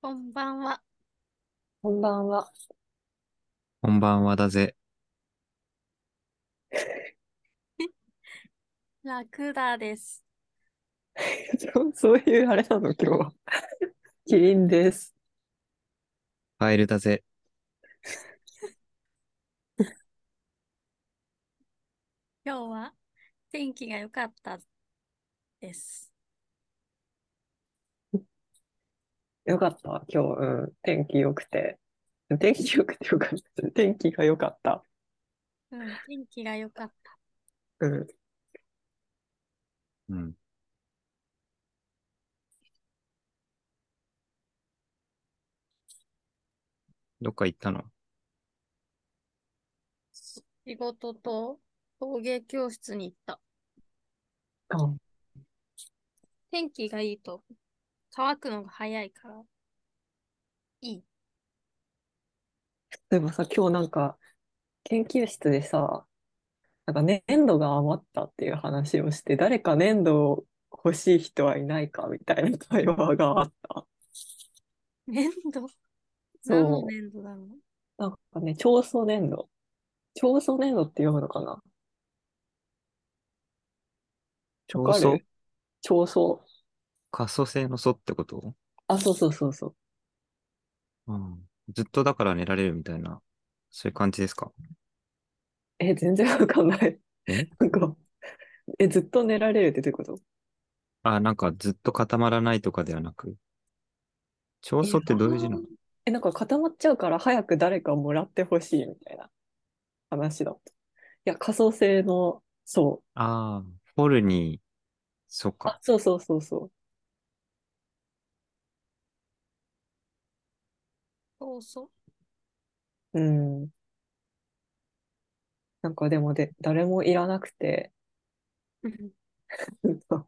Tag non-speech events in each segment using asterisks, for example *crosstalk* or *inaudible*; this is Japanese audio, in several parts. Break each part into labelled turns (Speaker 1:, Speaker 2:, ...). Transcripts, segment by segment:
Speaker 1: こんばんは。
Speaker 2: こんばんは。 *laughs*
Speaker 3: こんばんはだぜ。
Speaker 1: ラクダです。
Speaker 2: そうそういうあれなの、今日は。 *laughs* キリンです。
Speaker 3: ファイルだぜ。
Speaker 1: 今日は天気が良かったです。
Speaker 2: よかった、今日、うん、天気良くて。天気良くてよかった。天気が良かった。
Speaker 1: うん、天気が良かった。
Speaker 2: うん。
Speaker 3: うん。どっか行ったの
Speaker 1: 仕事と陶芸教室に行った。
Speaker 2: あ
Speaker 1: 天気がいいと乾くのが早いからいい。
Speaker 2: 例えばさ、今日なんか、研究室でさ、なんか粘土が余ったっていう話をして、誰か粘土欲しい人はいないかみたいな会話があった。
Speaker 1: 粘土何の
Speaker 2: そう。
Speaker 1: 粘土だろう
Speaker 2: なんかね、長素粘土。長素粘土って読むのかなわ
Speaker 3: 長
Speaker 2: か
Speaker 3: 素
Speaker 2: る長素。
Speaker 3: 可塑性の素ってこと
Speaker 2: あ、そうそうそうそう。
Speaker 3: うん。ずっとだから寝られるみたいな、そういう感じですか
Speaker 2: え、全然わかんない。
Speaker 3: え
Speaker 2: *laughs* なんか、え、ずっと寝られるってどういうこと
Speaker 3: あ、なんかずっと固まらないとかではなく。長
Speaker 2: え、
Speaker 3: 素って
Speaker 2: わ
Speaker 3: どういう字
Speaker 2: ー
Speaker 3: なの
Speaker 2: え、なんか固まっちゃうから早く誰かもらってほしいみたいな話だった。いや、可塑性の、そう。
Speaker 3: ああー、フォルに、そっ
Speaker 2: あ、
Speaker 3: か。
Speaker 2: そうそうそうそう。
Speaker 1: そうそう。
Speaker 2: うん。なんかでもで、誰もいらなくて、
Speaker 1: うん
Speaker 2: なんか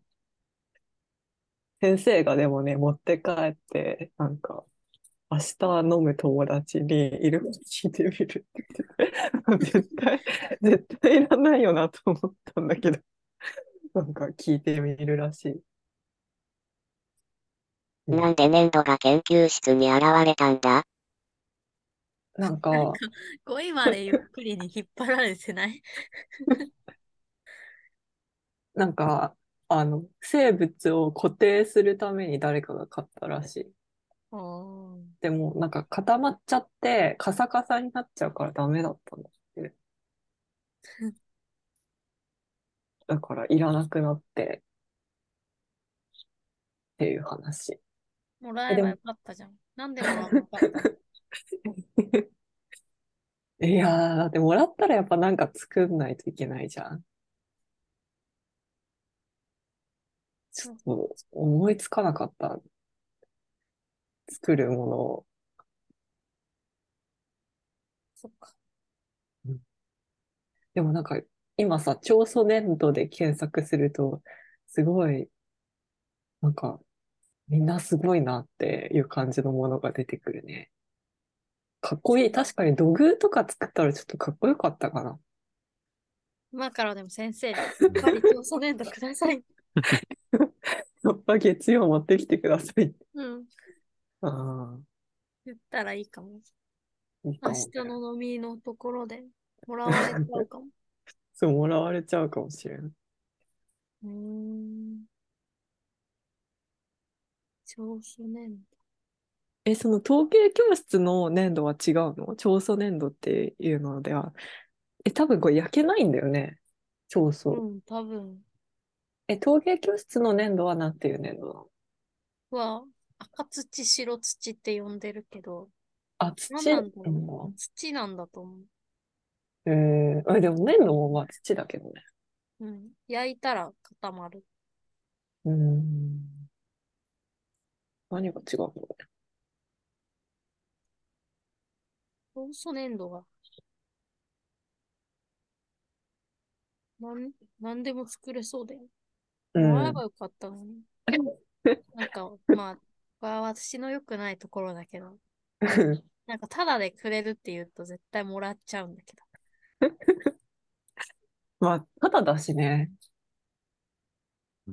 Speaker 2: *laughs* 先生がでもね、持って帰って、なんか、明日飲む友達にいるか聞いてみるって言って、 *laughs* 絶対、絶対いらないよなと思ったんだけど、 *laughs* なんか聞いてみるらしい。
Speaker 3: う。
Speaker 4: なんんで粘土が研究室に現れたんだ
Speaker 2: なん
Speaker 1: なんか
Speaker 2: か、
Speaker 1: 5位までゆっくりに引っ張られてない *laughs*
Speaker 2: なんか、あの、生物を固定するために誰かが買ったらしい。
Speaker 1: おー
Speaker 2: でも、なんか固まっちゃって、カサカサになっちゃうからダメだったんだって。だから、いらなくなってっていう話。
Speaker 1: もら
Speaker 2: え、
Speaker 1: え
Speaker 2: で
Speaker 1: ば
Speaker 2: も、
Speaker 1: よかったじゃん。なんでもらわな *laughs* かったの
Speaker 2: いやー、だってもらったらやっぱなんか作んないといけないじゃん。ち
Speaker 1: そう
Speaker 2: ょっと思いつかなかった。作るものを。
Speaker 1: そっか。
Speaker 2: うんでもなんか、今さ、長素粘土で検索すると、すごい、なんか、みんなすごいなっていう感じのものが出てくるね。かっこいい。確かに土偶とか作ったらちょっとかっこよかったかな。
Speaker 1: 今からでも先生、やっぱり今日ソネンドください。
Speaker 2: やっぱ月曜持ってきてください。
Speaker 1: うん。
Speaker 2: ああ、
Speaker 1: 言ったらいいかも。
Speaker 2: いい
Speaker 1: 明
Speaker 2: かも
Speaker 1: 日
Speaker 2: ね。
Speaker 1: の飲みのところでもらわれちゃう
Speaker 2: *laughs*
Speaker 1: かも。
Speaker 2: そう、もらわれちゃうかもしれない。
Speaker 1: うーん。長所年
Speaker 2: え、その統計教室の粘土は違うの長素粘土っていうのでは。え、多分これ焼けないんだよね。長
Speaker 1: う
Speaker 2: 素。
Speaker 1: ん、多分
Speaker 2: え、陶芸教室の粘土はなんていう粘土なの
Speaker 1: は赤土、白土って呼んでるけど、
Speaker 2: あ、
Speaker 1: 何
Speaker 2: 土
Speaker 1: な
Speaker 2: なん
Speaker 1: だろう。
Speaker 2: の
Speaker 1: 土なんだと思う。
Speaker 2: えー、あでも粘土もまあ土だけどね。
Speaker 1: うん。焼いたら固まる。
Speaker 2: うーん。何が違うの
Speaker 1: 長所年度が何、何でも作れそうだよ。
Speaker 2: う
Speaker 1: もらえ
Speaker 2: ん。
Speaker 1: ばよかったのに。なんか、まあ、これは私の良くないところだけど、なんかタダでくれるって言うと絶対もらっちゃうんだけど。
Speaker 2: *laughs* まあ、ただだしね。
Speaker 3: うん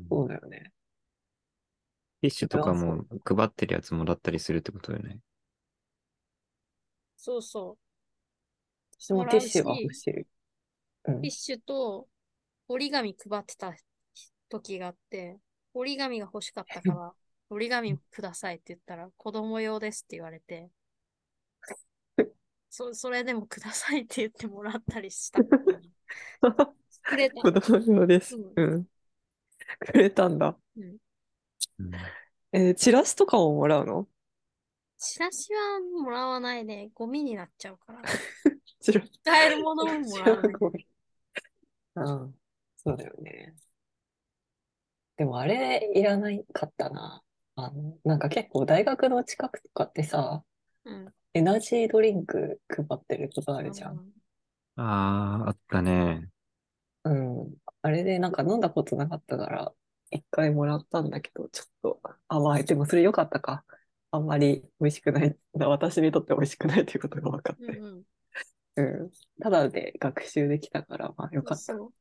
Speaker 2: そうだよね。
Speaker 3: ィッシュとかも配ってるやつもらったりするってことよね。
Speaker 1: そうそ
Speaker 2: 私もティッシュは欲し
Speaker 1: *laughs*
Speaker 2: い。う
Speaker 1: う。
Speaker 2: ん
Speaker 1: ティッ。シュと折り紙配ってた時があって、折り紙が欲しかった
Speaker 2: *laughs*
Speaker 1: から、折り紙くださいって言ったら、子供用ですって言われて、そそれでもくださいって言ってもらったりした。くれた。
Speaker 2: *laughs* 子供用です。
Speaker 1: うん
Speaker 2: うん。くれたんだ。
Speaker 1: うん
Speaker 3: うん
Speaker 2: えーチラシとかももらうの
Speaker 1: チラシはもらわないで、ゴミになっちゃうから。
Speaker 2: チラシ。
Speaker 1: 使えるものももらわ
Speaker 2: *laughs*
Speaker 1: ない。
Speaker 2: うん。そうだよね。でもあれいらないかったな。あの、なんか結構大学の近くとかってさ、
Speaker 1: うん。
Speaker 2: エナジードリンク配ってることあるじゃん。
Speaker 3: ああ、あったね。
Speaker 2: うん。あれでなんか飲んだことなかったから、一回もらったんだけど、ちょっと甘い。でもそれ良かったか。あんまり美味しくない。私にとって美味しくないということが分か
Speaker 1: う
Speaker 2: っ
Speaker 1: ん
Speaker 2: て。
Speaker 1: うん。
Speaker 2: うん。ただで学習できたから、まあ良かった。
Speaker 1: そう。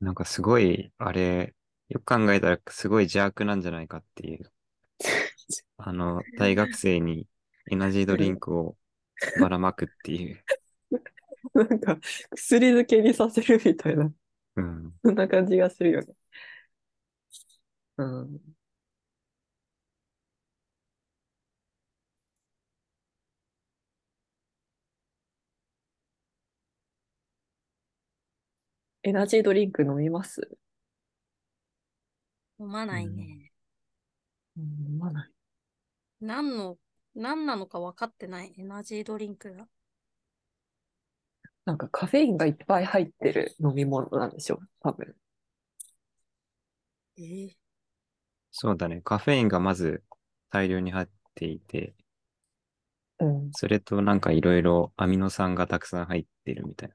Speaker 3: なんかすごい、あれ、よく考えたらすごい邪悪なんじゃないかっていう。あの、大学生にエナジードリンクをばらまくっていう。
Speaker 2: *laughs* なんか、薬漬けにさせるみたいな、 *laughs*
Speaker 3: うん。
Speaker 2: そんな感じがするよね。うん。エナジードリンク飲みます
Speaker 1: 飲まないね。
Speaker 2: 飲まない。
Speaker 1: 何の、何なのか分かってない。エナジードリンクが。
Speaker 2: なんかカフェインがいっぱい入ってる飲み物なんでしょう、多分。
Speaker 1: えー
Speaker 3: そうだね。カフェインがまず大量に入っていて、
Speaker 2: うん、
Speaker 3: それとなんかいろいろアミノ酸がたくさん入ってるみたい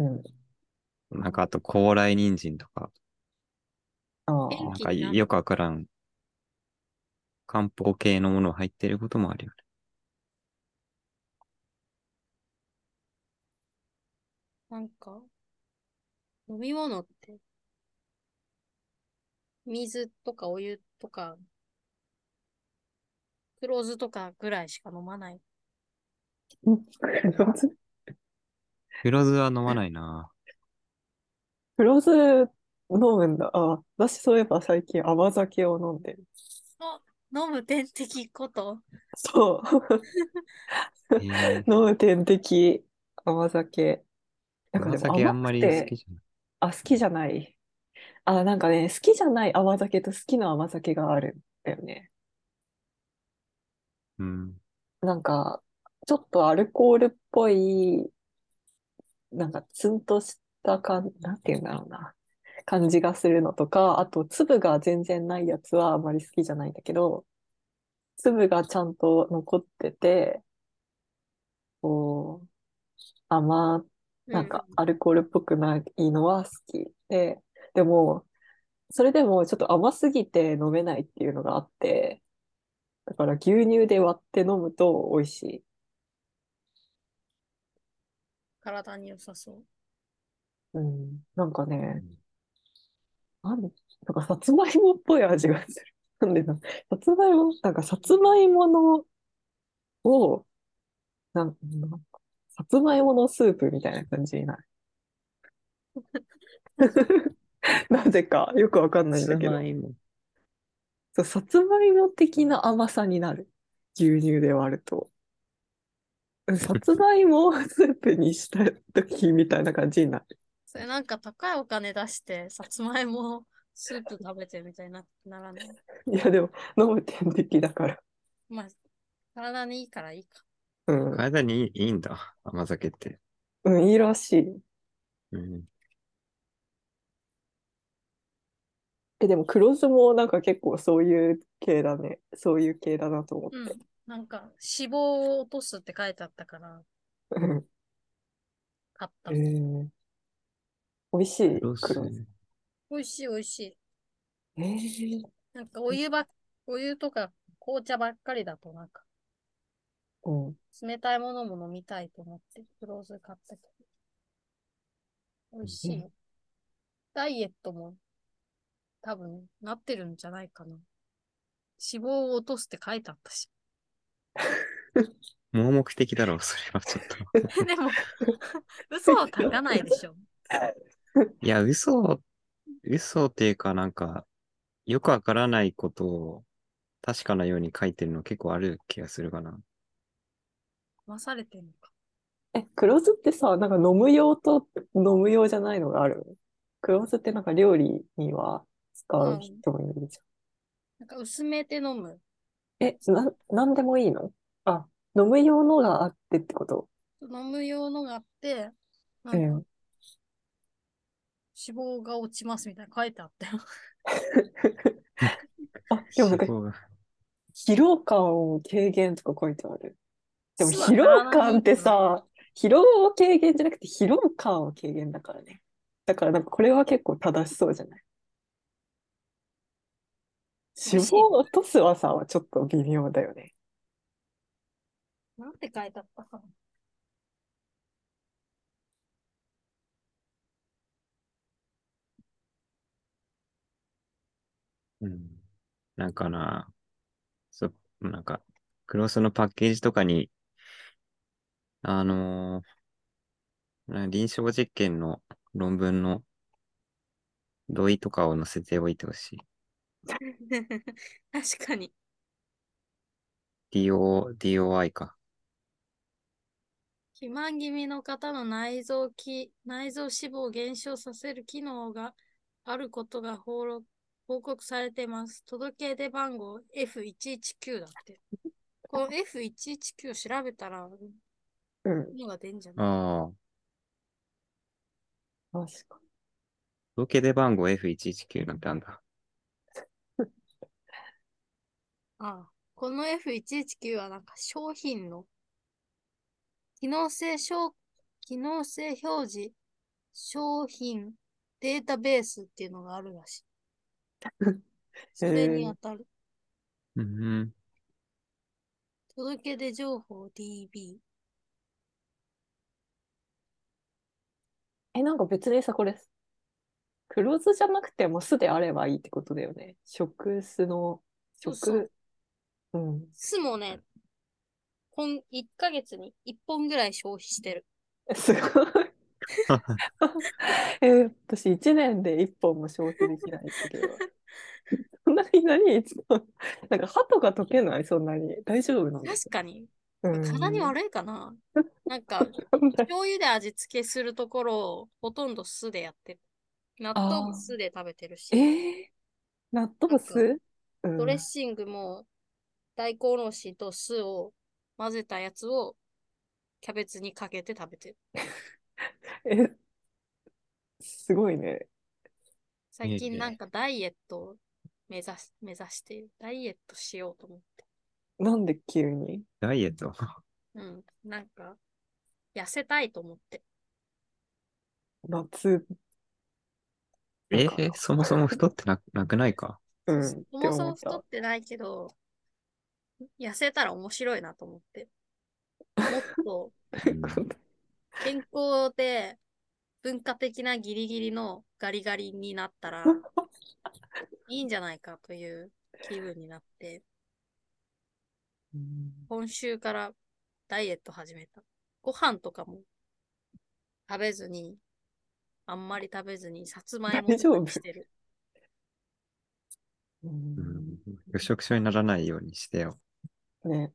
Speaker 2: うん。
Speaker 3: な。なんかあと高麗人参とか、
Speaker 2: あ
Speaker 1: 元
Speaker 3: なん
Speaker 1: 気
Speaker 3: か
Speaker 1: になる
Speaker 3: よくわからん漢方系のもの入ってることもあるよね。
Speaker 1: なんか、飲み物って、水とかお湯とか、黒酢とかぐらいしか飲まない。
Speaker 2: あ。
Speaker 3: 黒酢は飲まないな。
Speaker 2: 黒酢飲むんだ。あ、私そういえば最近甘酒を飲んでる。
Speaker 1: 飲む点滴こと。
Speaker 2: そう。 *laughs*
Speaker 3: えー
Speaker 2: 飲む点滴、甘酒。なんか
Speaker 3: 甘
Speaker 2: でも
Speaker 3: 酒あんまり
Speaker 2: 甘く
Speaker 3: 好
Speaker 2: て
Speaker 3: きじゃない。
Speaker 2: あ、好きじゃない。あ、なんかね、好きじゃない甘酒と好きな甘酒があるんだよね。
Speaker 3: うん。
Speaker 2: なんか、ちょっとアルコールっぽい、なんかツンとした感、なんて言うんだろうな、感じがするのとか、あと粒が全然ないやつはあまり好きじゃないんだけど、粒がちゃんと残ってて、こう、甘なんかアルコールっぽくないのは好きで、でも、それでもちょっと甘すぎて飲めないっていうのがあって、だから牛乳で割って飲むと美味しい。
Speaker 1: 体に良さそう。
Speaker 2: うん、なんかね、なんなんかさつまいもっぽい味がする。なん *laughs* でな、さつまいも、なんかさつまいものを、なんなんかさつまいものスープみたいな感じに *laughs* ない。なぜかよくわかんないんだけど。
Speaker 3: いも。
Speaker 2: そう、さつまいも的な甘さになる。牛乳で割る *laughs* と。うんさつまいもをスープにした時みたいな感じになる。
Speaker 1: それなんか高いお金出して、さつまいもをスープ食べてみたいにな、ならない。
Speaker 2: いや、でも飲む点滴だから。
Speaker 1: まあ、体にいいからいいか。
Speaker 2: うん。
Speaker 3: 体にいいいいんだ。甘酒って。
Speaker 2: うん、いいらしい。
Speaker 3: うん。
Speaker 2: え、でも黒酢もなんか結構そういう系だね。そういう系だなと思
Speaker 1: う
Speaker 2: っ
Speaker 1: ん
Speaker 2: て。。
Speaker 1: なんか、脂肪を落とすって書いてあったから、
Speaker 2: うん。
Speaker 1: 買った。
Speaker 2: え
Speaker 1: 美
Speaker 2: ー美味しい、
Speaker 3: 黒酢
Speaker 2: 黒酢。
Speaker 3: ね
Speaker 1: 味しい美味しい。
Speaker 2: えー
Speaker 1: なんか、お湯ばっ、お湯とか紅茶ばっかりだと、なんか、
Speaker 2: うん。
Speaker 1: 冷たいものも飲みたいと思って、黒酢買ったけど。美味しいよ。ダイエットも多分なってるんじゃないかな。脂肪を落とすって書いてあった
Speaker 2: *laughs*
Speaker 1: し。
Speaker 3: 盲目的だろう、それはちょっと。
Speaker 1: でも、嘘は書かないでしょ。
Speaker 3: いや、嘘、嘘っていうかなんか、よくわからないことを確かなように書いてるの結構ある気がするかな。
Speaker 1: 騙されてんのか。
Speaker 2: え、黒酢ってさ、なんか飲む用と飲む用じゃないのがある。黒酢ってなんか料理には使う人もいるじ
Speaker 1: なんか薄めて飲む。
Speaker 2: ゃん。え、な、なんでもいいのあ、飲む用のがあってってこと。
Speaker 1: 飲む用のがあって、な
Speaker 2: うんん *laughs*
Speaker 1: か。脂肪が落ちますみたいなの書いてあったよ。
Speaker 2: あ、でもなんか
Speaker 3: そこが
Speaker 2: 疲労感を軽減とか書いてある。でも
Speaker 1: そう
Speaker 2: 疲労感っ
Speaker 1: 体にい
Speaker 2: て
Speaker 1: い
Speaker 2: さ、疲労を軽減じゃなくて疲労感を軽減だからね。だからなんかこれは結構正しそうじゃない
Speaker 1: 美
Speaker 2: 脂
Speaker 1: 味しい
Speaker 2: 肪を落とすはさ、ちょっと微妙だよね。
Speaker 1: なんて書いてあったかな。
Speaker 3: うん。なんかな、そ、なんか、クロスのパッケージとかに、あのーな臨床実験の論文の同意とかを載せておいてほしい。
Speaker 1: *laughs* 確かに。
Speaker 3: DO、DOI か。
Speaker 1: 肥満気味の方の内臓き内臓脂肪を減少させる機能があることが報ろ報告されています。届け出番号 F119 だって。この F119 を調べたら、
Speaker 2: うん、
Speaker 1: のが出んじゃない
Speaker 3: ああ、
Speaker 2: 確か
Speaker 3: 届け出番号 F119 なんてあんだ。
Speaker 1: ああこの F119 はなんか商品の機能性商機能性表示商品データベースっていうのがあるら
Speaker 2: *laughs*
Speaker 1: しい。それに当たる。
Speaker 3: うん、
Speaker 1: 届け出情報 DB。
Speaker 2: に。え、なんか別にさ、これ、黒酢じゃなくても酢であればいいってことだよね。食酢の、
Speaker 1: そう
Speaker 2: 食、
Speaker 1: そう
Speaker 2: うん。
Speaker 1: 酢もね、今1ヶ月に1本ぐらい消費してる。
Speaker 2: *laughs* すごい。えー私1年で1本も消費できないんだけど。そんなに何に使うなんか歯とか溶けないそんなに。大丈夫なの
Speaker 1: 確かに。
Speaker 2: うん
Speaker 1: 体に悪いかな、なん
Speaker 2: *laughs*
Speaker 1: か、
Speaker 2: わかんない
Speaker 1: 醤油で味付けするところをほとんど酢でやってる。納豆も酢で食べてるし。
Speaker 2: えー、納豆酢うん
Speaker 1: ドレッシングも大根おろしと酢を混ぜたやつをキャベツにかけて食べてる。
Speaker 2: え、すごいね。
Speaker 1: 最
Speaker 3: いい
Speaker 1: 近
Speaker 3: ね
Speaker 1: なんかダイエットを目指し目指している、ダイエットしようと思って。
Speaker 2: なんで急に
Speaker 3: ダイエット。
Speaker 1: うん。なんか、痩せたいと思って。
Speaker 2: 夏
Speaker 3: え
Speaker 2: なんか
Speaker 3: えそもそも太ってななくないか。
Speaker 2: うん
Speaker 1: そ
Speaker 2: って
Speaker 1: もそ
Speaker 2: 思
Speaker 1: も
Speaker 2: っ
Speaker 1: 太
Speaker 2: た
Speaker 1: ってないけど、痩せたら面白いなと思って。もっと
Speaker 3: うん
Speaker 1: 健康で文化的なギリギリのガリガリになった *laughs* らいいんじゃないかという気分になって。今週からダイエット始めた。ご飯とかも食べずに、あんまり食べずに、さつまいも
Speaker 2: 大
Speaker 1: と
Speaker 2: 丈夫
Speaker 1: かにしてる。
Speaker 2: うん *laughs*
Speaker 3: うん拒食症にならないようにしてよ。
Speaker 2: ね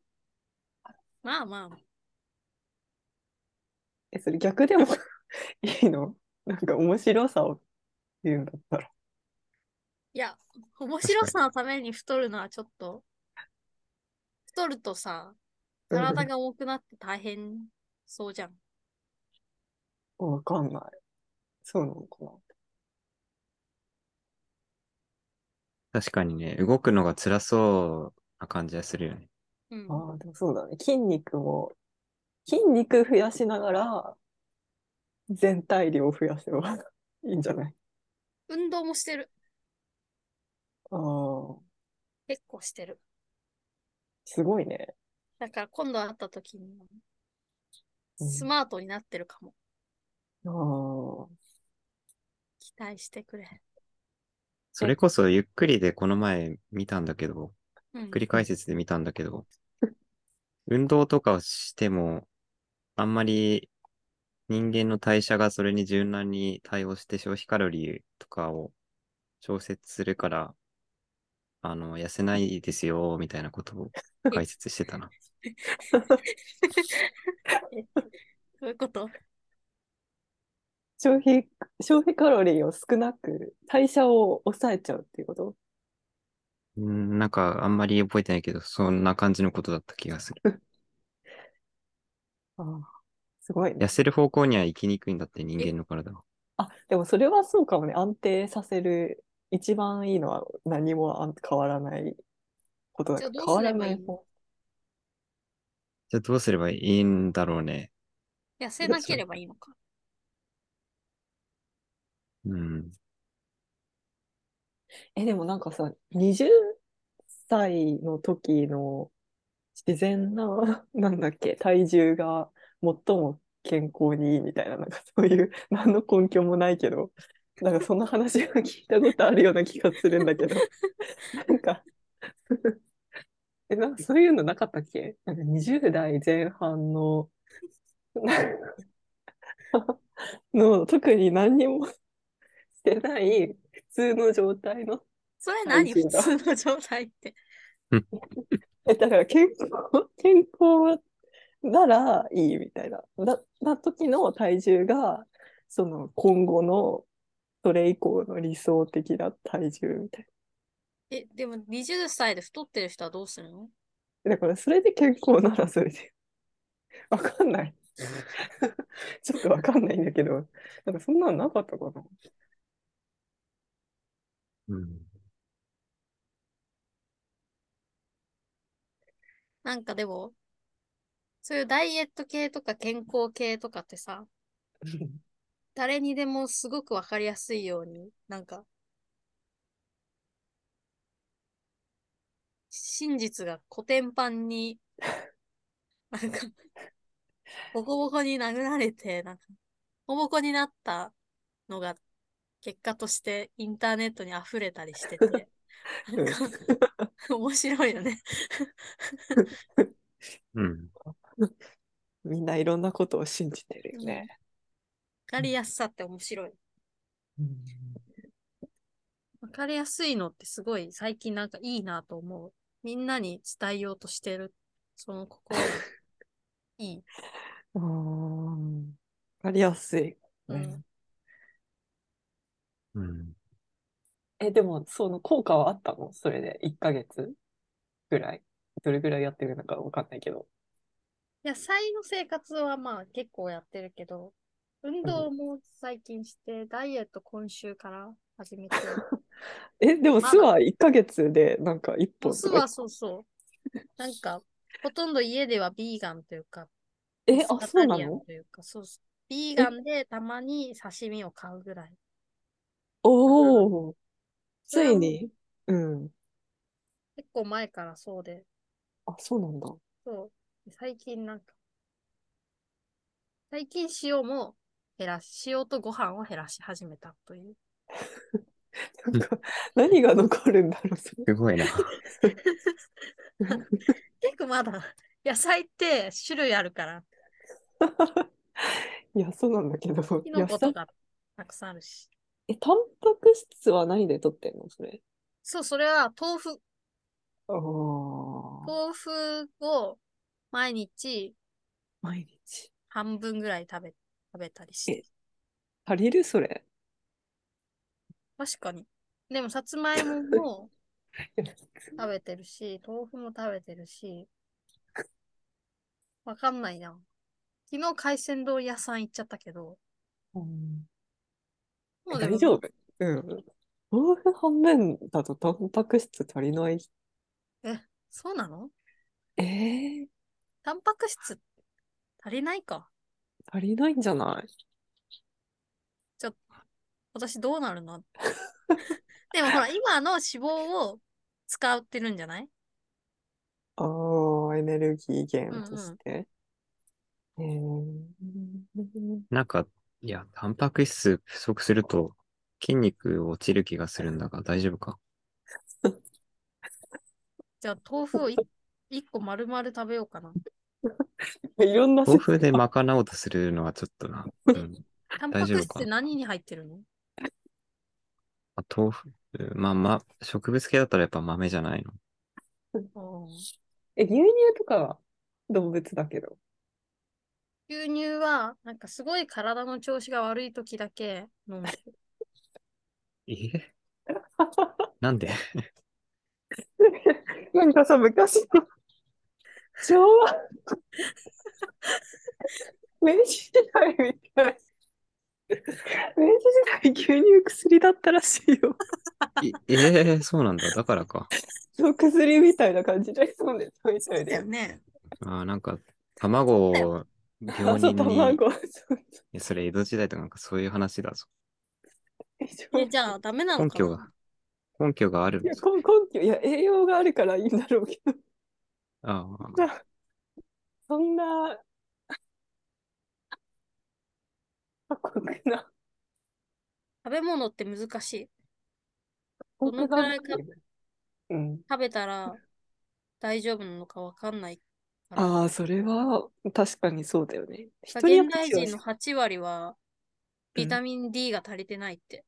Speaker 1: まあまあ、
Speaker 2: え、それ逆でも *laughs* いいのなんか面白さを言うんだったら。
Speaker 1: いや、面白さのために太るのはちょっと、太るとさ、体が重くなって大変そうじゃん。
Speaker 2: わかんない。そうなのかな。
Speaker 3: 確かにね、動くのが辛そうな感じがするよね。
Speaker 1: うん。
Speaker 2: ああ、でもそうだね。筋肉も、筋肉増やしながら、全体量を増やせばいいんじゃない
Speaker 1: 運動もしてる。
Speaker 2: ああ、
Speaker 1: 結構してる。
Speaker 2: すごいね。
Speaker 1: だから今度会った時に、
Speaker 2: うん
Speaker 1: スマートになってるかも。
Speaker 2: ああ、
Speaker 1: 期待してくれ。
Speaker 3: それこそゆっくりでこの前見たんだけど、
Speaker 1: うん
Speaker 3: ゆっくり解説で見たんだけど、運動とかをしても、あんまり人間の代謝がそれに柔軟に対応して消費カロリーとかを調節するから、あの、痩せないですよ、みたいなこと
Speaker 1: *laughs*
Speaker 3: を解説してたな。
Speaker 1: そういうこと
Speaker 2: 消費、消費カロリーを少なく、代謝を抑えちゃうっていうこと
Speaker 3: うんなんかあんまり覚えてないけど、そんな感じのことだった気がする。
Speaker 2: ああ、すごいね
Speaker 3: 痩。せる方向には行きにくいんだって人間の体は。
Speaker 2: あ、でもそれはそうかもね。安定させる、一番いいのは何もあん変わらないことだ
Speaker 1: じゃあどう
Speaker 2: 変わ
Speaker 1: すれ
Speaker 2: ら
Speaker 1: ば
Speaker 2: ない
Speaker 1: い
Speaker 2: い
Speaker 1: の
Speaker 2: 方。
Speaker 3: じゃあどうすればいいんだろうね。
Speaker 1: 痩せなければいいの
Speaker 2: *laughs*
Speaker 1: か。
Speaker 3: うん。
Speaker 2: え、でもなんかさ、20歳の時の自然な、 *laughs* なんだっけ、体重が最も健康にいいみたいな、なんかそういう、 *laughs* 何の根拠もないけど、なんかその話を聞いたことあるような気がするんだけど、なんか *laughs* え、なんかそういうのなかったっけなんか20代前半の、 *laughs* なんかの、特に何にも *laughs* してない普通の状態の
Speaker 1: それ何
Speaker 2: 体
Speaker 1: 普
Speaker 2: 重が
Speaker 1: 通の状態って。
Speaker 2: *laughs* え、だから健康、健康ならいいみたいな。だ、な時の体重が、その今後の、それ以降の理想的な体重みたい
Speaker 1: え、でも20歳で太ってる人はどうするの
Speaker 2: な。だからそれで健康ならそれで。 *laughs* わかんない。 *laughs* ちょっとわかんないんだけど、なんかそんなのなかったか
Speaker 1: *laughs*
Speaker 2: な。
Speaker 3: うん
Speaker 1: なんかでも、そういうダイエット系とか健康系とかってさ、誰にでもすごくわかりやすいように、なんか、真実がコテンパンに、なんか、ボコボコに殴られて、なんか、ボコボコになったのが、結果としてインターネットに溢れたりしてて、なんか、面白いよね。
Speaker 3: うん。
Speaker 2: みんないろんなことを信じてるよね。
Speaker 1: わかりやすさって面白い。わかりやすいのってすごい最近なんかいいなと思う。みんなに伝えようとしてる。その
Speaker 2: *laughs*
Speaker 1: 心がいい。
Speaker 2: うん。わかりやすい。
Speaker 1: うん
Speaker 3: うん。
Speaker 2: え、でも、その効果はあったのそれで、1ヶ月ぐらい。どれぐらいやってるのかわかんないけど。
Speaker 1: 野菜の生活はまあ結構やってるけど、運動も最近して、ダイエット今週から始
Speaker 2: *laughs*
Speaker 1: めて。
Speaker 2: え、でも、
Speaker 1: まあ
Speaker 2: 酢は1ヶ月で、なんか1
Speaker 1: お
Speaker 2: 本
Speaker 1: 酢
Speaker 2: とか
Speaker 1: は。そうそう。なんか、ほとんど家ではビーガンというか、
Speaker 2: え、
Speaker 1: ペ
Speaker 2: あ、
Speaker 1: ス
Speaker 2: そ
Speaker 1: カ
Speaker 2: うな
Speaker 1: タリアン
Speaker 2: の
Speaker 1: というか、そうそう。ビーガンでたまに刺身を買うぐらい。
Speaker 2: おー、つ
Speaker 1: それ
Speaker 2: い
Speaker 1: は
Speaker 2: に。うん。
Speaker 1: 結構前からそうで、
Speaker 2: あ、そうなんだ。
Speaker 1: そう。最近なんか、最近塩も減らし、塩とご飯を減らし始めたという。
Speaker 2: なんか、 *laughs* 何が残るんだろう、それ。
Speaker 3: すご
Speaker 2: *laughs*
Speaker 3: いな。
Speaker 1: 結構まだ *laughs* 野菜って種類あるから、
Speaker 2: いや、そう *laughs* なんだけど、
Speaker 1: キ
Speaker 2: 野
Speaker 1: ノコと
Speaker 2: 菜、
Speaker 1: かたくさんあるし。
Speaker 2: え、タンパク質は何で取ってんのそれ。
Speaker 1: そう、それは豆腐。
Speaker 2: ああ、
Speaker 1: 豆腐を毎日
Speaker 2: 毎日。
Speaker 1: 半分ぐらい食べ、食べたりして。
Speaker 2: 足りるそれ。
Speaker 1: 確かに。でも、さつまいも *laughs* も食べてるし、豆腐も食べてるし、わかんないな。昨日海鮮丼屋さん行っちゃったけど、
Speaker 2: うん
Speaker 1: もうでも
Speaker 2: 大丈夫。うん。豆腐半分だとタンパク質足りない。
Speaker 1: そうなの
Speaker 2: ええ
Speaker 1: タンパク質足りないか。
Speaker 2: 足りないんじゃない
Speaker 1: 私どうなる
Speaker 3: *laughs*
Speaker 1: のでもほら、今の脂肪を使ってるんじゃない
Speaker 2: ああ、エネル
Speaker 1: う
Speaker 2: ギー
Speaker 1: んう
Speaker 2: 源
Speaker 1: ん
Speaker 2: として。ええ
Speaker 3: なんか、いや、タンパク質不足すると、筋肉落ちる気がするんだが大丈夫か
Speaker 1: じゃあ、豆腐
Speaker 3: *laughs*
Speaker 1: をい一個丸々食べようかな。
Speaker 2: *laughs* いろんな
Speaker 3: 豆腐で賄おうとするのはちょっとな。うん
Speaker 1: タンパク
Speaker 3: 大丈夫
Speaker 1: 質
Speaker 3: か
Speaker 1: って何に入ってるの
Speaker 3: あ豆腐、まあまあ、植物系だったらやっぱ豆じゃないの。
Speaker 1: うん
Speaker 2: え、牛乳とかは動物だけど。 *laughs*
Speaker 1: 牛乳は、なんかすごい体の調子が悪い時だけ飲
Speaker 3: *laughs*
Speaker 1: む。
Speaker 3: えな
Speaker 2: *laughs*
Speaker 3: んで
Speaker 2: なんかさ、昔の昭和明治時代みたい。明治時代牛乳薬だったらしいよ。
Speaker 3: いえーそうなんだ。だからか。
Speaker 2: そう薬みたいな感じで飲んでたみたいで。
Speaker 1: ね。
Speaker 3: あーなんか、
Speaker 2: *laughs*
Speaker 3: 卵を
Speaker 2: あ、
Speaker 3: 病
Speaker 2: そう、
Speaker 3: 人に、
Speaker 2: 卵。 *laughs* そう
Speaker 3: えそれ江戸時代とかなんかそういう話だぞ。
Speaker 1: え、じゃあ、ダメなの
Speaker 3: 根
Speaker 1: かな
Speaker 3: 拠が、根拠がある
Speaker 2: いや、根根拠、いや、栄養があるからいいんだろうけど、 *laughs*
Speaker 3: あー
Speaker 2: そんな、 *laughs* 過酷な。
Speaker 1: 食べ物って難しい。
Speaker 2: ど
Speaker 1: どのくらいか
Speaker 2: *laughs* うん。
Speaker 1: 食べたら大丈夫なのかわかんないから。
Speaker 2: ああ、それは確かにそうだよね。人によっ
Speaker 1: 現
Speaker 2: て
Speaker 1: 代
Speaker 2: 違う
Speaker 1: 人の
Speaker 2: し
Speaker 1: 8割は
Speaker 2: うん
Speaker 1: ビタミン D が足りてないって。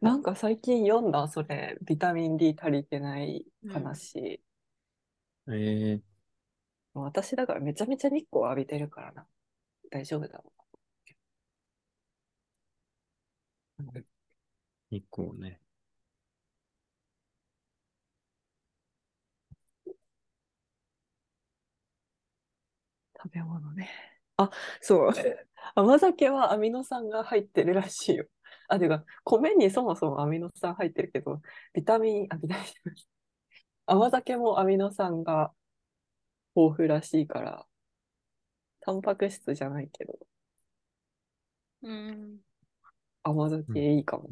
Speaker 2: なんか最近読んだ、それ、ビタミン D 足りてない話。
Speaker 3: えー
Speaker 2: もう私だからめちゃめちゃ日光浴びてるからな。大丈夫だろう。うん
Speaker 3: 日光ね。
Speaker 2: 食べ物ね。あ、そう。甘酒はアミノ酸が入ってるらしいよ。 *laughs* あ、てか、米にそもそもアミノ酸入ってるけど、ビタミン、あ、ビタミン、甘酒もアミノ酸が豊富らしいから、タンパク質じゃないけど、
Speaker 1: うん。
Speaker 2: 甘酒いいかも。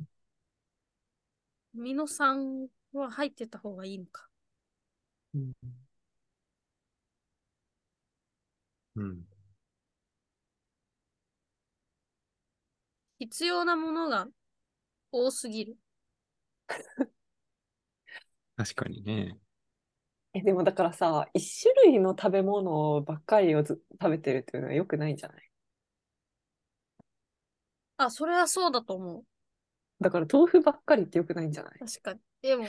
Speaker 1: アミノ酸は入ってた方がいいのか。
Speaker 3: うん。
Speaker 1: 必要なものが多すぎる。
Speaker 3: 確かにね。
Speaker 2: え、でもだからさ、一種類の食べ物ばっかりをず食べてるっていうのは良くないんじゃない
Speaker 1: あ、それはそうだと思う。
Speaker 2: だから豆腐ばっかりって良くないんじゃない
Speaker 1: 確かに。でも、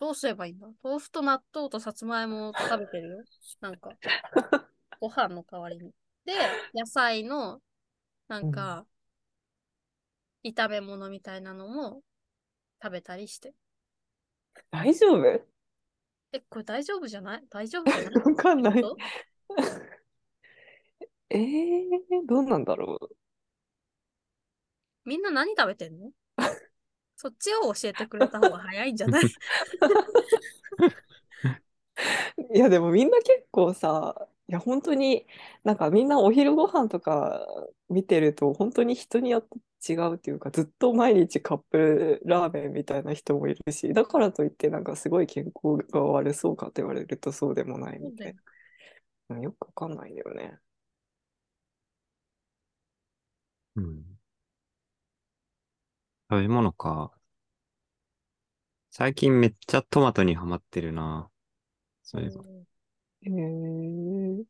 Speaker 1: どうすればいいんだ豆腐と納豆とさつまいもを食べてるよ。なん
Speaker 2: *laughs*
Speaker 1: か、ご飯の代わりに。で、野菜の、なんか、炒め物みたいなのも食べたりして。
Speaker 2: 大丈夫
Speaker 1: え、これ大丈夫じゃない大丈夫じゃない
Speaker 2: *laughs* わかんない
Speaker 1: どういうこ
Speaker 2: えー、どうなんだろう
Speaker 1: とみんな何食べてんのそっちを教えてくれた方が早いんじゃ
Speaker 2: *laughs*
Speaker 1: ない *laughs*
Speaker 2: いやでもみんな結構さ、いや本当になんかみんなお昼ご飯とか見てると本当に人によって違うっていうかずっと毎日カップラーメンみたいな人もいるしだからといってなんかすごい健康が悪そうかって言われるとそうでもないみたいなうんよくわかんないんだよね
Speaker 3: うん。食べ物か。最近めっちゃトマトにはまってるな。そういえば。
Speaker 1: うん
Speaker 2: へー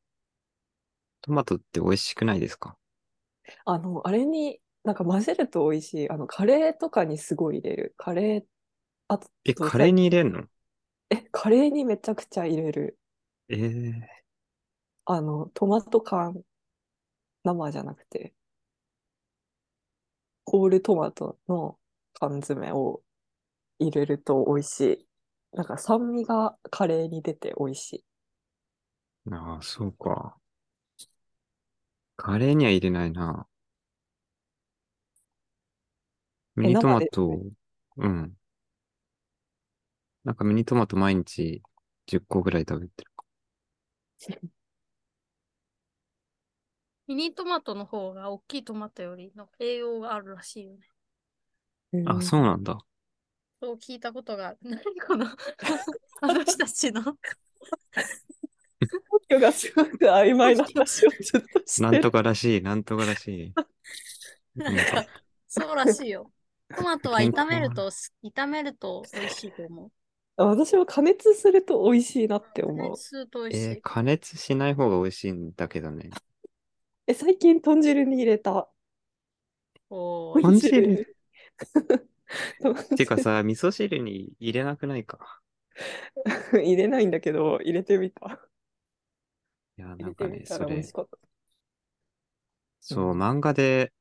Speaker 3: トマトって美味しくないですか
Speaker 2: あのあれになんか混ぜると美味しいあのカレーとかにすごい入れるカレーあと
Speaker 3: え、カレーに入れんの
Speaker 2: えカレーにめちゃくちゃ入れる
Speaker 3: えー、
Speaker 2: あの、トマト缶、生じゃなくて、ホールトマトの缶詰を入れると美味しい。なんか酸味がカレーに出て美味しい。
Speaker 3: ああ、そうか。カレーには入れないな。ミニトマトを、うん。なんかミニトマト毎日10個ぐらい食べてる。
Speaker 1: ミニトマトの方が大きいトマトよりの栄養があるらしいよね。
Speaker 3: あ、そうなんだ。
Speaker 1: そう聞いたことがある。何この *laughs* 私たち
Speaker 2: *laughs*
Speaker 1: の
Speaker 2: 根拠がすごく曖昧な話をずっとして
Speaker 3: なん
Speaker 2: る。
Speaker 3: とからしい、なんとからしい。
Speaker 1: なんか、そうらしいよ。トマトは
Speaker 3: 健
Speaker 1: 炒
Speaker 3: 康
Speaker 1: めるとす、炒めると美味しいと思
Speaker 2: 私は加熱すると美味しいなって
Speaker 1: う。加
Speaker 2: 思う
Speaker 1: 熱。すると美味し
Speaker 3: えー
Speaker 1: い。
Speaker 3: 加熱しない方が美味しいんだけどね。
Speaker 2: え、最近豚汁に入れた。
Speaker 1: おー
Speaker 3: 豚汁
Speaker 2: 豚汁
Speaker 3: *laughs* てかさ、味噌汁に入れなくないか。
Speaker 2: *laughs* 入れないんだけど、入れてみた。
Speaker 3: いや、
Speaker 2: 入
Speaker 3: な
Speaker 2: れ
Speaker 3: んか
Speaker 2: てみ
Speaker 3: ね、
Speaker 2: た
Speaker 3: そ
Speaker 2: ら美
Speaker 3: れ
Speaker 2: 味し、かった。
Speaker 3: そう、
Speaker 2: うん
Speaker 3: 漫画で、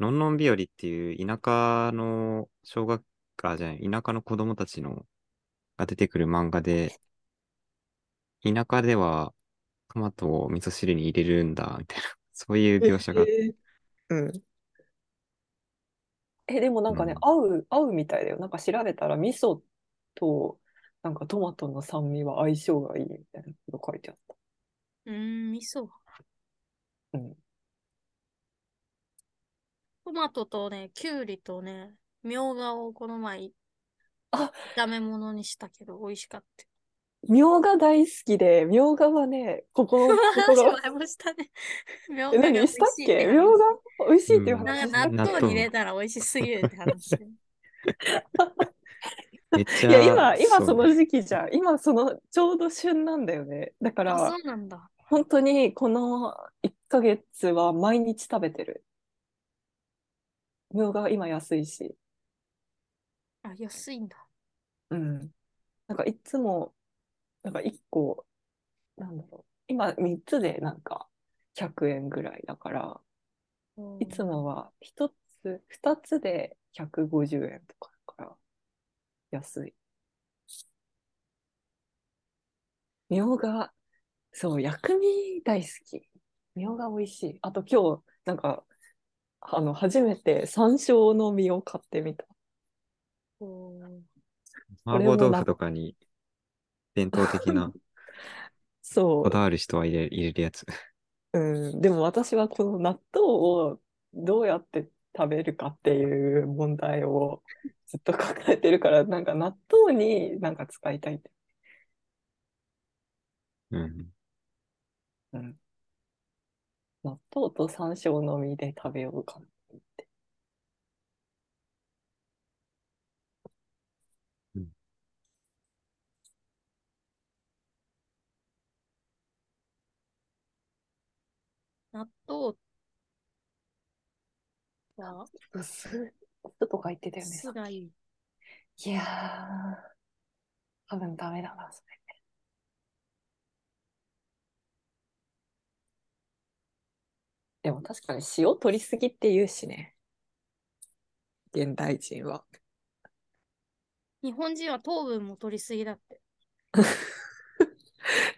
Speaker 3: のんのんびよりっていう田舎の小学、あ、じゃない、田舎の子供たちの、が出てくる漫画で、田舎ではトマトを味噌汁に入れるんだ、みたいな、 *laughs* そういう描写が。
Speaker 2: えーうん。え、でもなんかね
Speaker 3: うん、
Speaker 2: 合う、合うみたいだよ。なんか調べたら、味噌と、なんかトマトの酸味は相性がいいみたいなこと書いてあった。
Speaker 1: うーん、味噌。
Speaker 2: うん。
Speaker 1: トマトとね、きゅうりとね、みょうがをこの前、
Speaker 2: あ
Speaker 1: 炒め物にしたけど、美味しかった。
Speaker 2: みょうが大好きで、みょうがはね、
Speaker 1: *laughs*
Speaker 2: ここのとこ
Speaker 1: 話
Speaker 2: ろ、
Speaker 1: はもしたね。 *laughs* みょう
Speaker 2: え、
Speaker 1: がが美
Speaker 2: 何
Speaker 1: 味
Speaker 2: したっ
Speaker 1: しいって
Speaker 2: け
Speaker 1: 話
Speaker 2: みょうが美味しいっていう
Speaker 3: うん
Speaker 2: 話
Speaker 1: なん
Speaker 2: した
Speaker 1: か
Speaker 2: っけ
Speaker 1: 納豆に入
Speaker 3: 納豆
Speaker 1: れたら美味しすぎるって話。
Speaker 3: めっち
Speaker 2: い
Speaker 3: ゃ、
Speaker 2: や、今、今
Speaker 3: う
Speaker 2: その時期じゃん。今、その、ちょうど旬なんだよね。だか
Speaker 1: あ、
Speaker 2: ら
Speaker 1: そ、うなんだ。
Speaker 2: 本当に、この1ヶ月は毎日食べてる。みょうが今安いし。
Speaker 1: あ、安いんだ。
Speaker 2: うん。なんか、いつも、なんか1個、なんだろう。今、3つで、なんか、100円ぐらいだから、
Speaker 1: うん
Speaker 2: いつもは1つ、2つで150円とかだから、安い。みょうが、そう、薬味大好き。みょうが美味しい。あと今日、なんか、あの、初めて山椒の実を買ってみた。
Speaker 1: こう
Speaker 3: 麻婆豆腐とかに伝統的な
Speaker 2: そ
Speaker 3: こだわる人は入れ入れるやつ。
Speaker 2: う、うん。でも私はこの納豆をどうやって食べるかっていう問題をずっと抱えてるから、なんか納豆になんか使いたい。
Speaker 3: うん。 *laughs*
Speaker 2: うん。納豆と山椒の実で食べようかな。
Speaker 1: 納豆は
Speaker 2: 薄いこととか言ってたよね。
Speaker 1: 酢がいい。
Speaker 2: いやー、多分ダメだな、それ。でも確かに塩取りすぎって言うしね。現代人は。
Speaker 1: 日本人は糖分も取りすぎだ
Speaker 2: *laughs*
Speaker 1: って。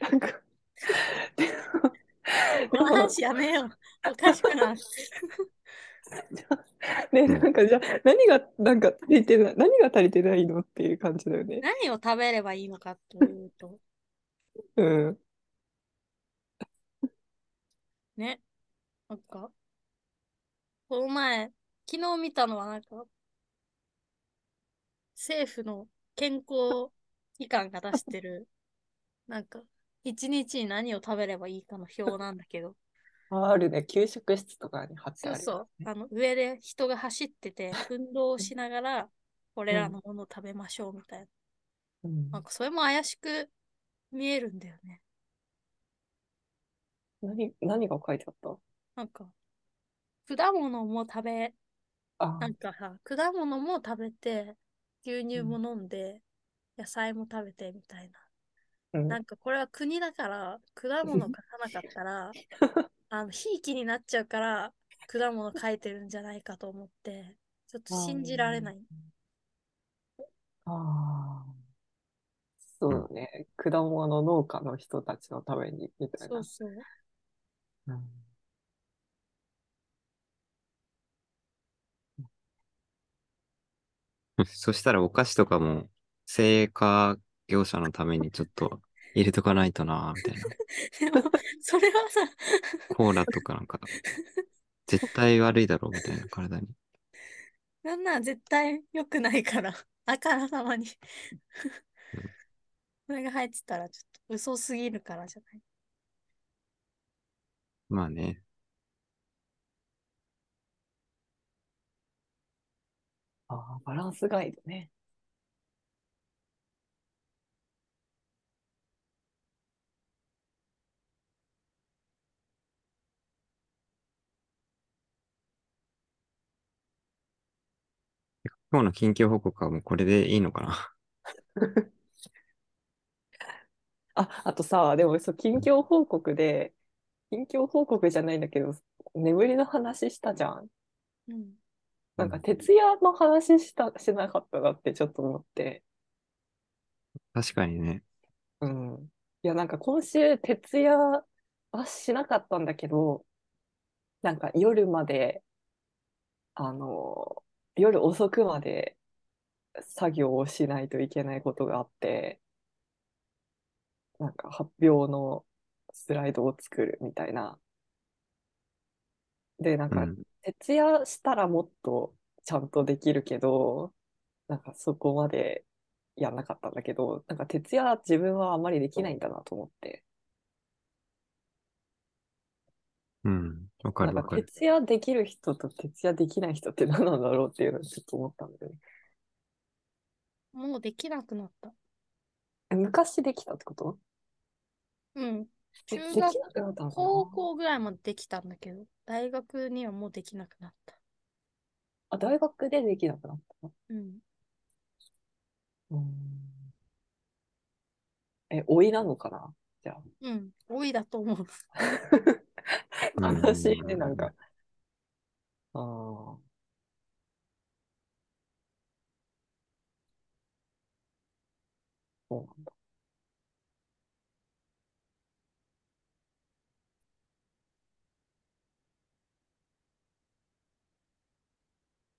Speaker 2: なんか、でも、
Speaker 1: この話やめよう。おかしくなる。
Speaker 2: ね、
Speaker 3: うん
Speaker 2: なんかじゃあ何が、なんか足りてない、何が足りてないのっていう感じだよね。
Speaker 1: 何を食べればいいのかというと、
Speaker 2: うん。
Speaker 1: ね。なんか、この前、昨日見たのはなんか、政府の健康機関が出して *laughs* る、なんか、一日に何を食べればいいかの表なんだけど、
Speaker 2: あるね、給食室とかに貼って
Speaker 1: *laughs* そ
Speaker 2: あ
Speaker 1: う
Speaker 2: る
Speaker 1: そ
Speaker 2: よ
Speaker 1: う
Speaker 2: ね。、
Speaker 1: あの、上で人が走ってて、運動をしながら、これらのものを食べましょうみたいな。
Speaker 2: うん
Speaker 1: なんか、それも怪しく見えるんだよね。
Speaker 2: 何、何が書いてあった
Speaker 1: なんか、果物も食べ、
Speaker 2: あ
Speaker 1: なんかさ、果物も食べて、牛乳も飲んで、野菜も食べてみたいな。
Speaker 2: うん
Speaker 1: なんかこれは国だから、果物書かなかったら、あの、ひいきになっちゃうから、果物書いてるんじゃないかと思って、ちょっと信じられない。
Speaker 2: あーそうね、果物農家の人たちのためにみたい
Speaker 1: そ
Speaker 2: な
Speaker 1: う。そう。
Speaker 2: うん
Speaker 3: そしたらお菓子とかも製菓業者のためにちょっと入れとかないとな、みたいな。
Speaker 1: でも、それはさ、
Speaker 3: コーラとかなんか、絶対悪いだろう、みたいな体に。
Speaker 1: なんなら絶対良くないから、 *laughs* あからさまに。それが入ってたら、ちょっと嘘すぎるからじゃない。
Speaker 3: まあね。
Speaker 2: ああ、バランスガイドね。 *laughs*
Speaker 3: 今日の近況報告はもうこれでいいのかな *laughs*
Speaker 2: あ、あとさ、でもそう、近況報告で、近況報告じゃないんだけど、眠りの話したじゃん。
Speaker 1: うん。
Speaker 2: なんか、徹夜の話した、しなかったなってちょっと思って。
Speaker 3: 確かにね。
Speaker 2: うん。いや、なんか今週、徹夜はしなかったんだけど、なんか夜まで、あの、夜遅くまで作業をしないといけないことがあって、なんか発表のスライドを作るみたいな。で、なん
Speaker 3: う
Speaker 2: か、
Speaker 3: ん。
Speaker 2: 徹夜したらもっとちゃんとできるけど、なんかそこまでやんなかったんだけど、なんか徹夜自分はあんまりできないんだなと思って。
Speaker 3: うん。わか
Speaker 2: なん
Speaker 3: るわ
Speaker 2: か
Speaker 3: かる。
Speaker 2: 徹夜できる人と徹夜できない人って何なんだろうっていうのをちょっと思ったんだよね。
Speaker 1: もうできなくなった。
Speaker 2: え昔できたってこと
Speaker 1: うん。
Speaker 2: え
Speaker 1: 中
Speaker 2: でき
Speaker 1: 学
Speaker 2: なくなったのかな
Speaker 1: 高校ぐらいまでできたんだけど、大学にはもうできなくなった。
Speaker 2: あ、大学でできなくなったの
Speaker 1: うん。
Speaker 2: うん。え、老いなのかなじゃあ。
Speaker 1: うん。多いだと
Speaker 2: *laughs*
Speaker 1: 思う。
Speaker 3: うん
Speaker 2: 悲しいね、なんか。ああ。そうなんだ。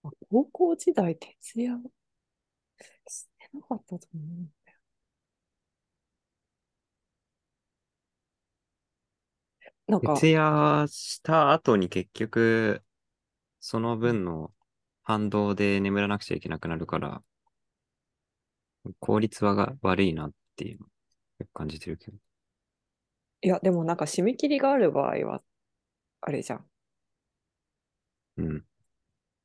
Speaker 2: あ高校時代、徹夜してなかったと思うんだよ。なんか、
Speaker 3: 徹夜した後に結局、その分の反動で眠らなくちゃいけなくなるから、効率はが悪いなっていうのをよく感じてるけど。
Speaker 2: いや、でもなんか締め切りがある場合は、あれじゃん。
Speaker 3: うん。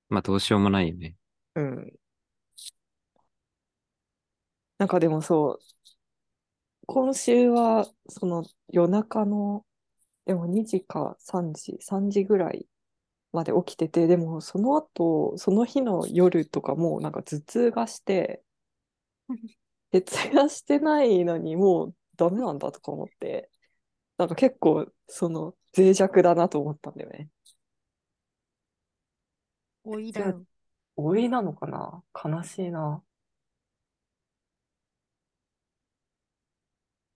Speaker 3: まあどうしようもないよね。
Speaker 2: うん。なんかでもそう、今週は、その夜中の、でも2時か3時、3時ぐらいまで起きてて、でもその後、その日の夜とかもうなんか頭痛がして、徹夜してないのにもうダメなんだとか思って、なんか結構、その脆弱だなと思ったんだよね。
Speaker 1: 多いだよ。
Speaker 2: 老いなのかな悲しいな。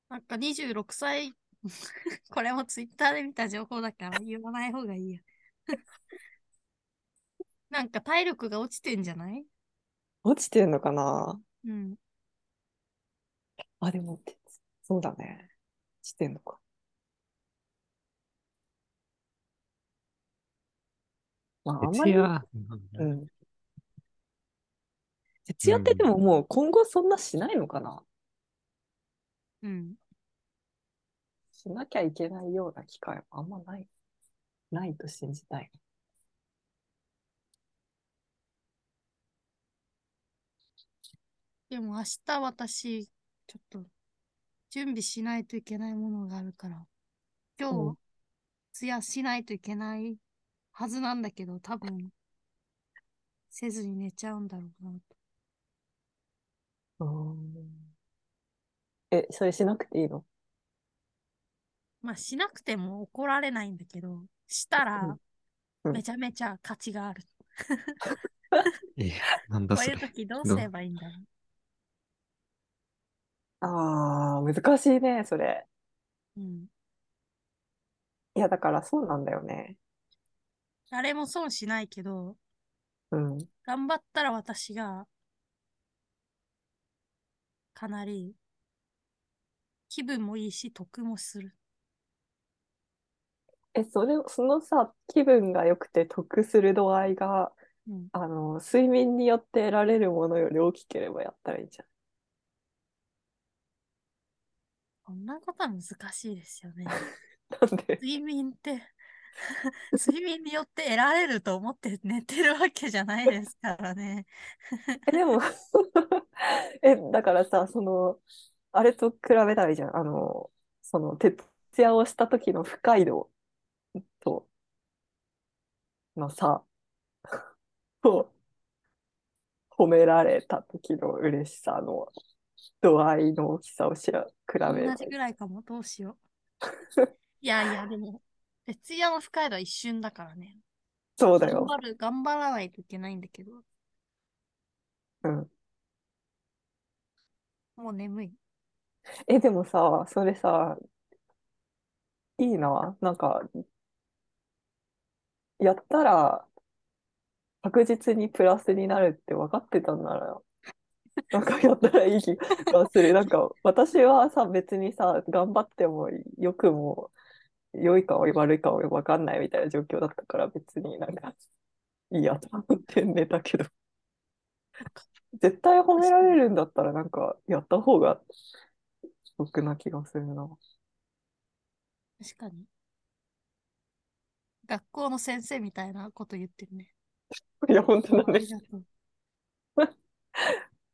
Speaker 1: なんか26歳、 *laughs* これもツイッターで見た情報だから言わない方がい
Speaker 2: *laughs*
Speaker 1: いや。なんか体力が落ちてんじゃない
Speaker 2: 落ちてんのかな
Speaker 1: うん。
Speaker 2: あ、でも、鉄そうだね。してんのか。まあ、あんま
Speaker 3: 徹
Speaker 2: り、
Speaker 3: 夜、
Speaker 2: うん。徹夜ってでももう今後そんなしないのかな
Speaker 1: うん。
Speaker 2: しなきゃいけないような機会もあんまない、ないと信じたい。
Speaker 1: でも明日私、ちょっと準備しないといけないものがあるから、今
Speaker 2: う
Speaker 1: 日
Speaker 2: ん、
Speaker 1: ツヤしないといけないはずなんだけど、多分、せずに寝ちゃうんだろうなと。
Speaker 2: え、それしなくていいの
Speaker 1: まあ、しなくても怒られないんだけど、したら
Speaker 2: うん、
Speaker 1: めちゃめちゃ価値がある。
Speaker 3: え、なんだ
Speaker 1: こう
Speaker 3: そ
Speaker 1: いう
Speaker 3: れ。
Speaker 1: 時どうすればいいんだろう。
Speaker 2: ああ、難しいね、それ。
Speaker 1: うん、
Speaker 2: いや、だからそうなんだよね。
Speaker 1: 誰も損しないけど、
Speaker 2: うん。
Speaker 1: 頑張ったら私が、かなり、気分もいいし、得もする。
Speaker 2: え、それ、そのさ、気分が良くて得する度合いが、
Speaker 1: うん
Speaker 2: あの、睡眠によって得られるものより大きければやったらいいじゃん。
Speaker 1: こんなことは難しいですよね。
Speaker 2: なんで、 *laughs*
Speaker 1: 睡眠って *laughs* 睡眠によって得られると思って寝てるわけじゃないですからね。
Speaker 2: え、でも *laughs* え、だからさ、その、あれと比べたらいいじゃん。あの、その、徹夜をした時の不快度と、の *laughs* 差と、褒められた時の嬉しさの度合いの大きさをしら比べ
Speaker 1: 同
Speaker 2: ればい
Speaker 1: じ
Speaker 2: い
Speaker 1: ぐらいかも、どうしよう。いやいや、でも、徹夜の深いのは一瞬だからね。
Speaker 2: そうだ
Speaker 1: 頑
Speaker 2: よ。
Speaker 1: 張る、頑張らないといけないんだけど、
Speaker 2: うん。
Speaker 1: もう眠い。
Speaker 2: え、でもさ、それさ、いいな。なんか、やったら確実にプラスになるって分かってたんなら、なんかやったらいい気がする。なんか、私はさ、別にさ、頑張っても良くも、良いか悪いかは分かんないみたいな状況だったから、別になんか、いいやと思って寝たけど。絶対褒められるんだったら、なんか、やった方が得な気がするな。
Speaker 1: 確かに。学校の先生みたいなこと言ってる
Speaker 2: *laughs*
Speaker 1: ね。
Speaker 2: いや、本当だ
Speaker 1: あ
Speaker 2: ね
Speaker 1: り。がと
Speaker 2: *laughs*
Speaker 1: う。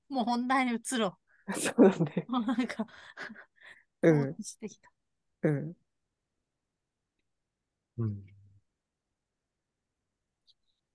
Speaker 1: もう本題に移ろ
Speaker 2: *laughs* そうだね。
Speaker 1: う。 *laughs* もうなんか、
Speaker 2: う
Speaker 1: ぼーっ
Speaker 2: ん、
Speaker 1: としてきた。
Speaker 2: うん。
Speaker 3: うん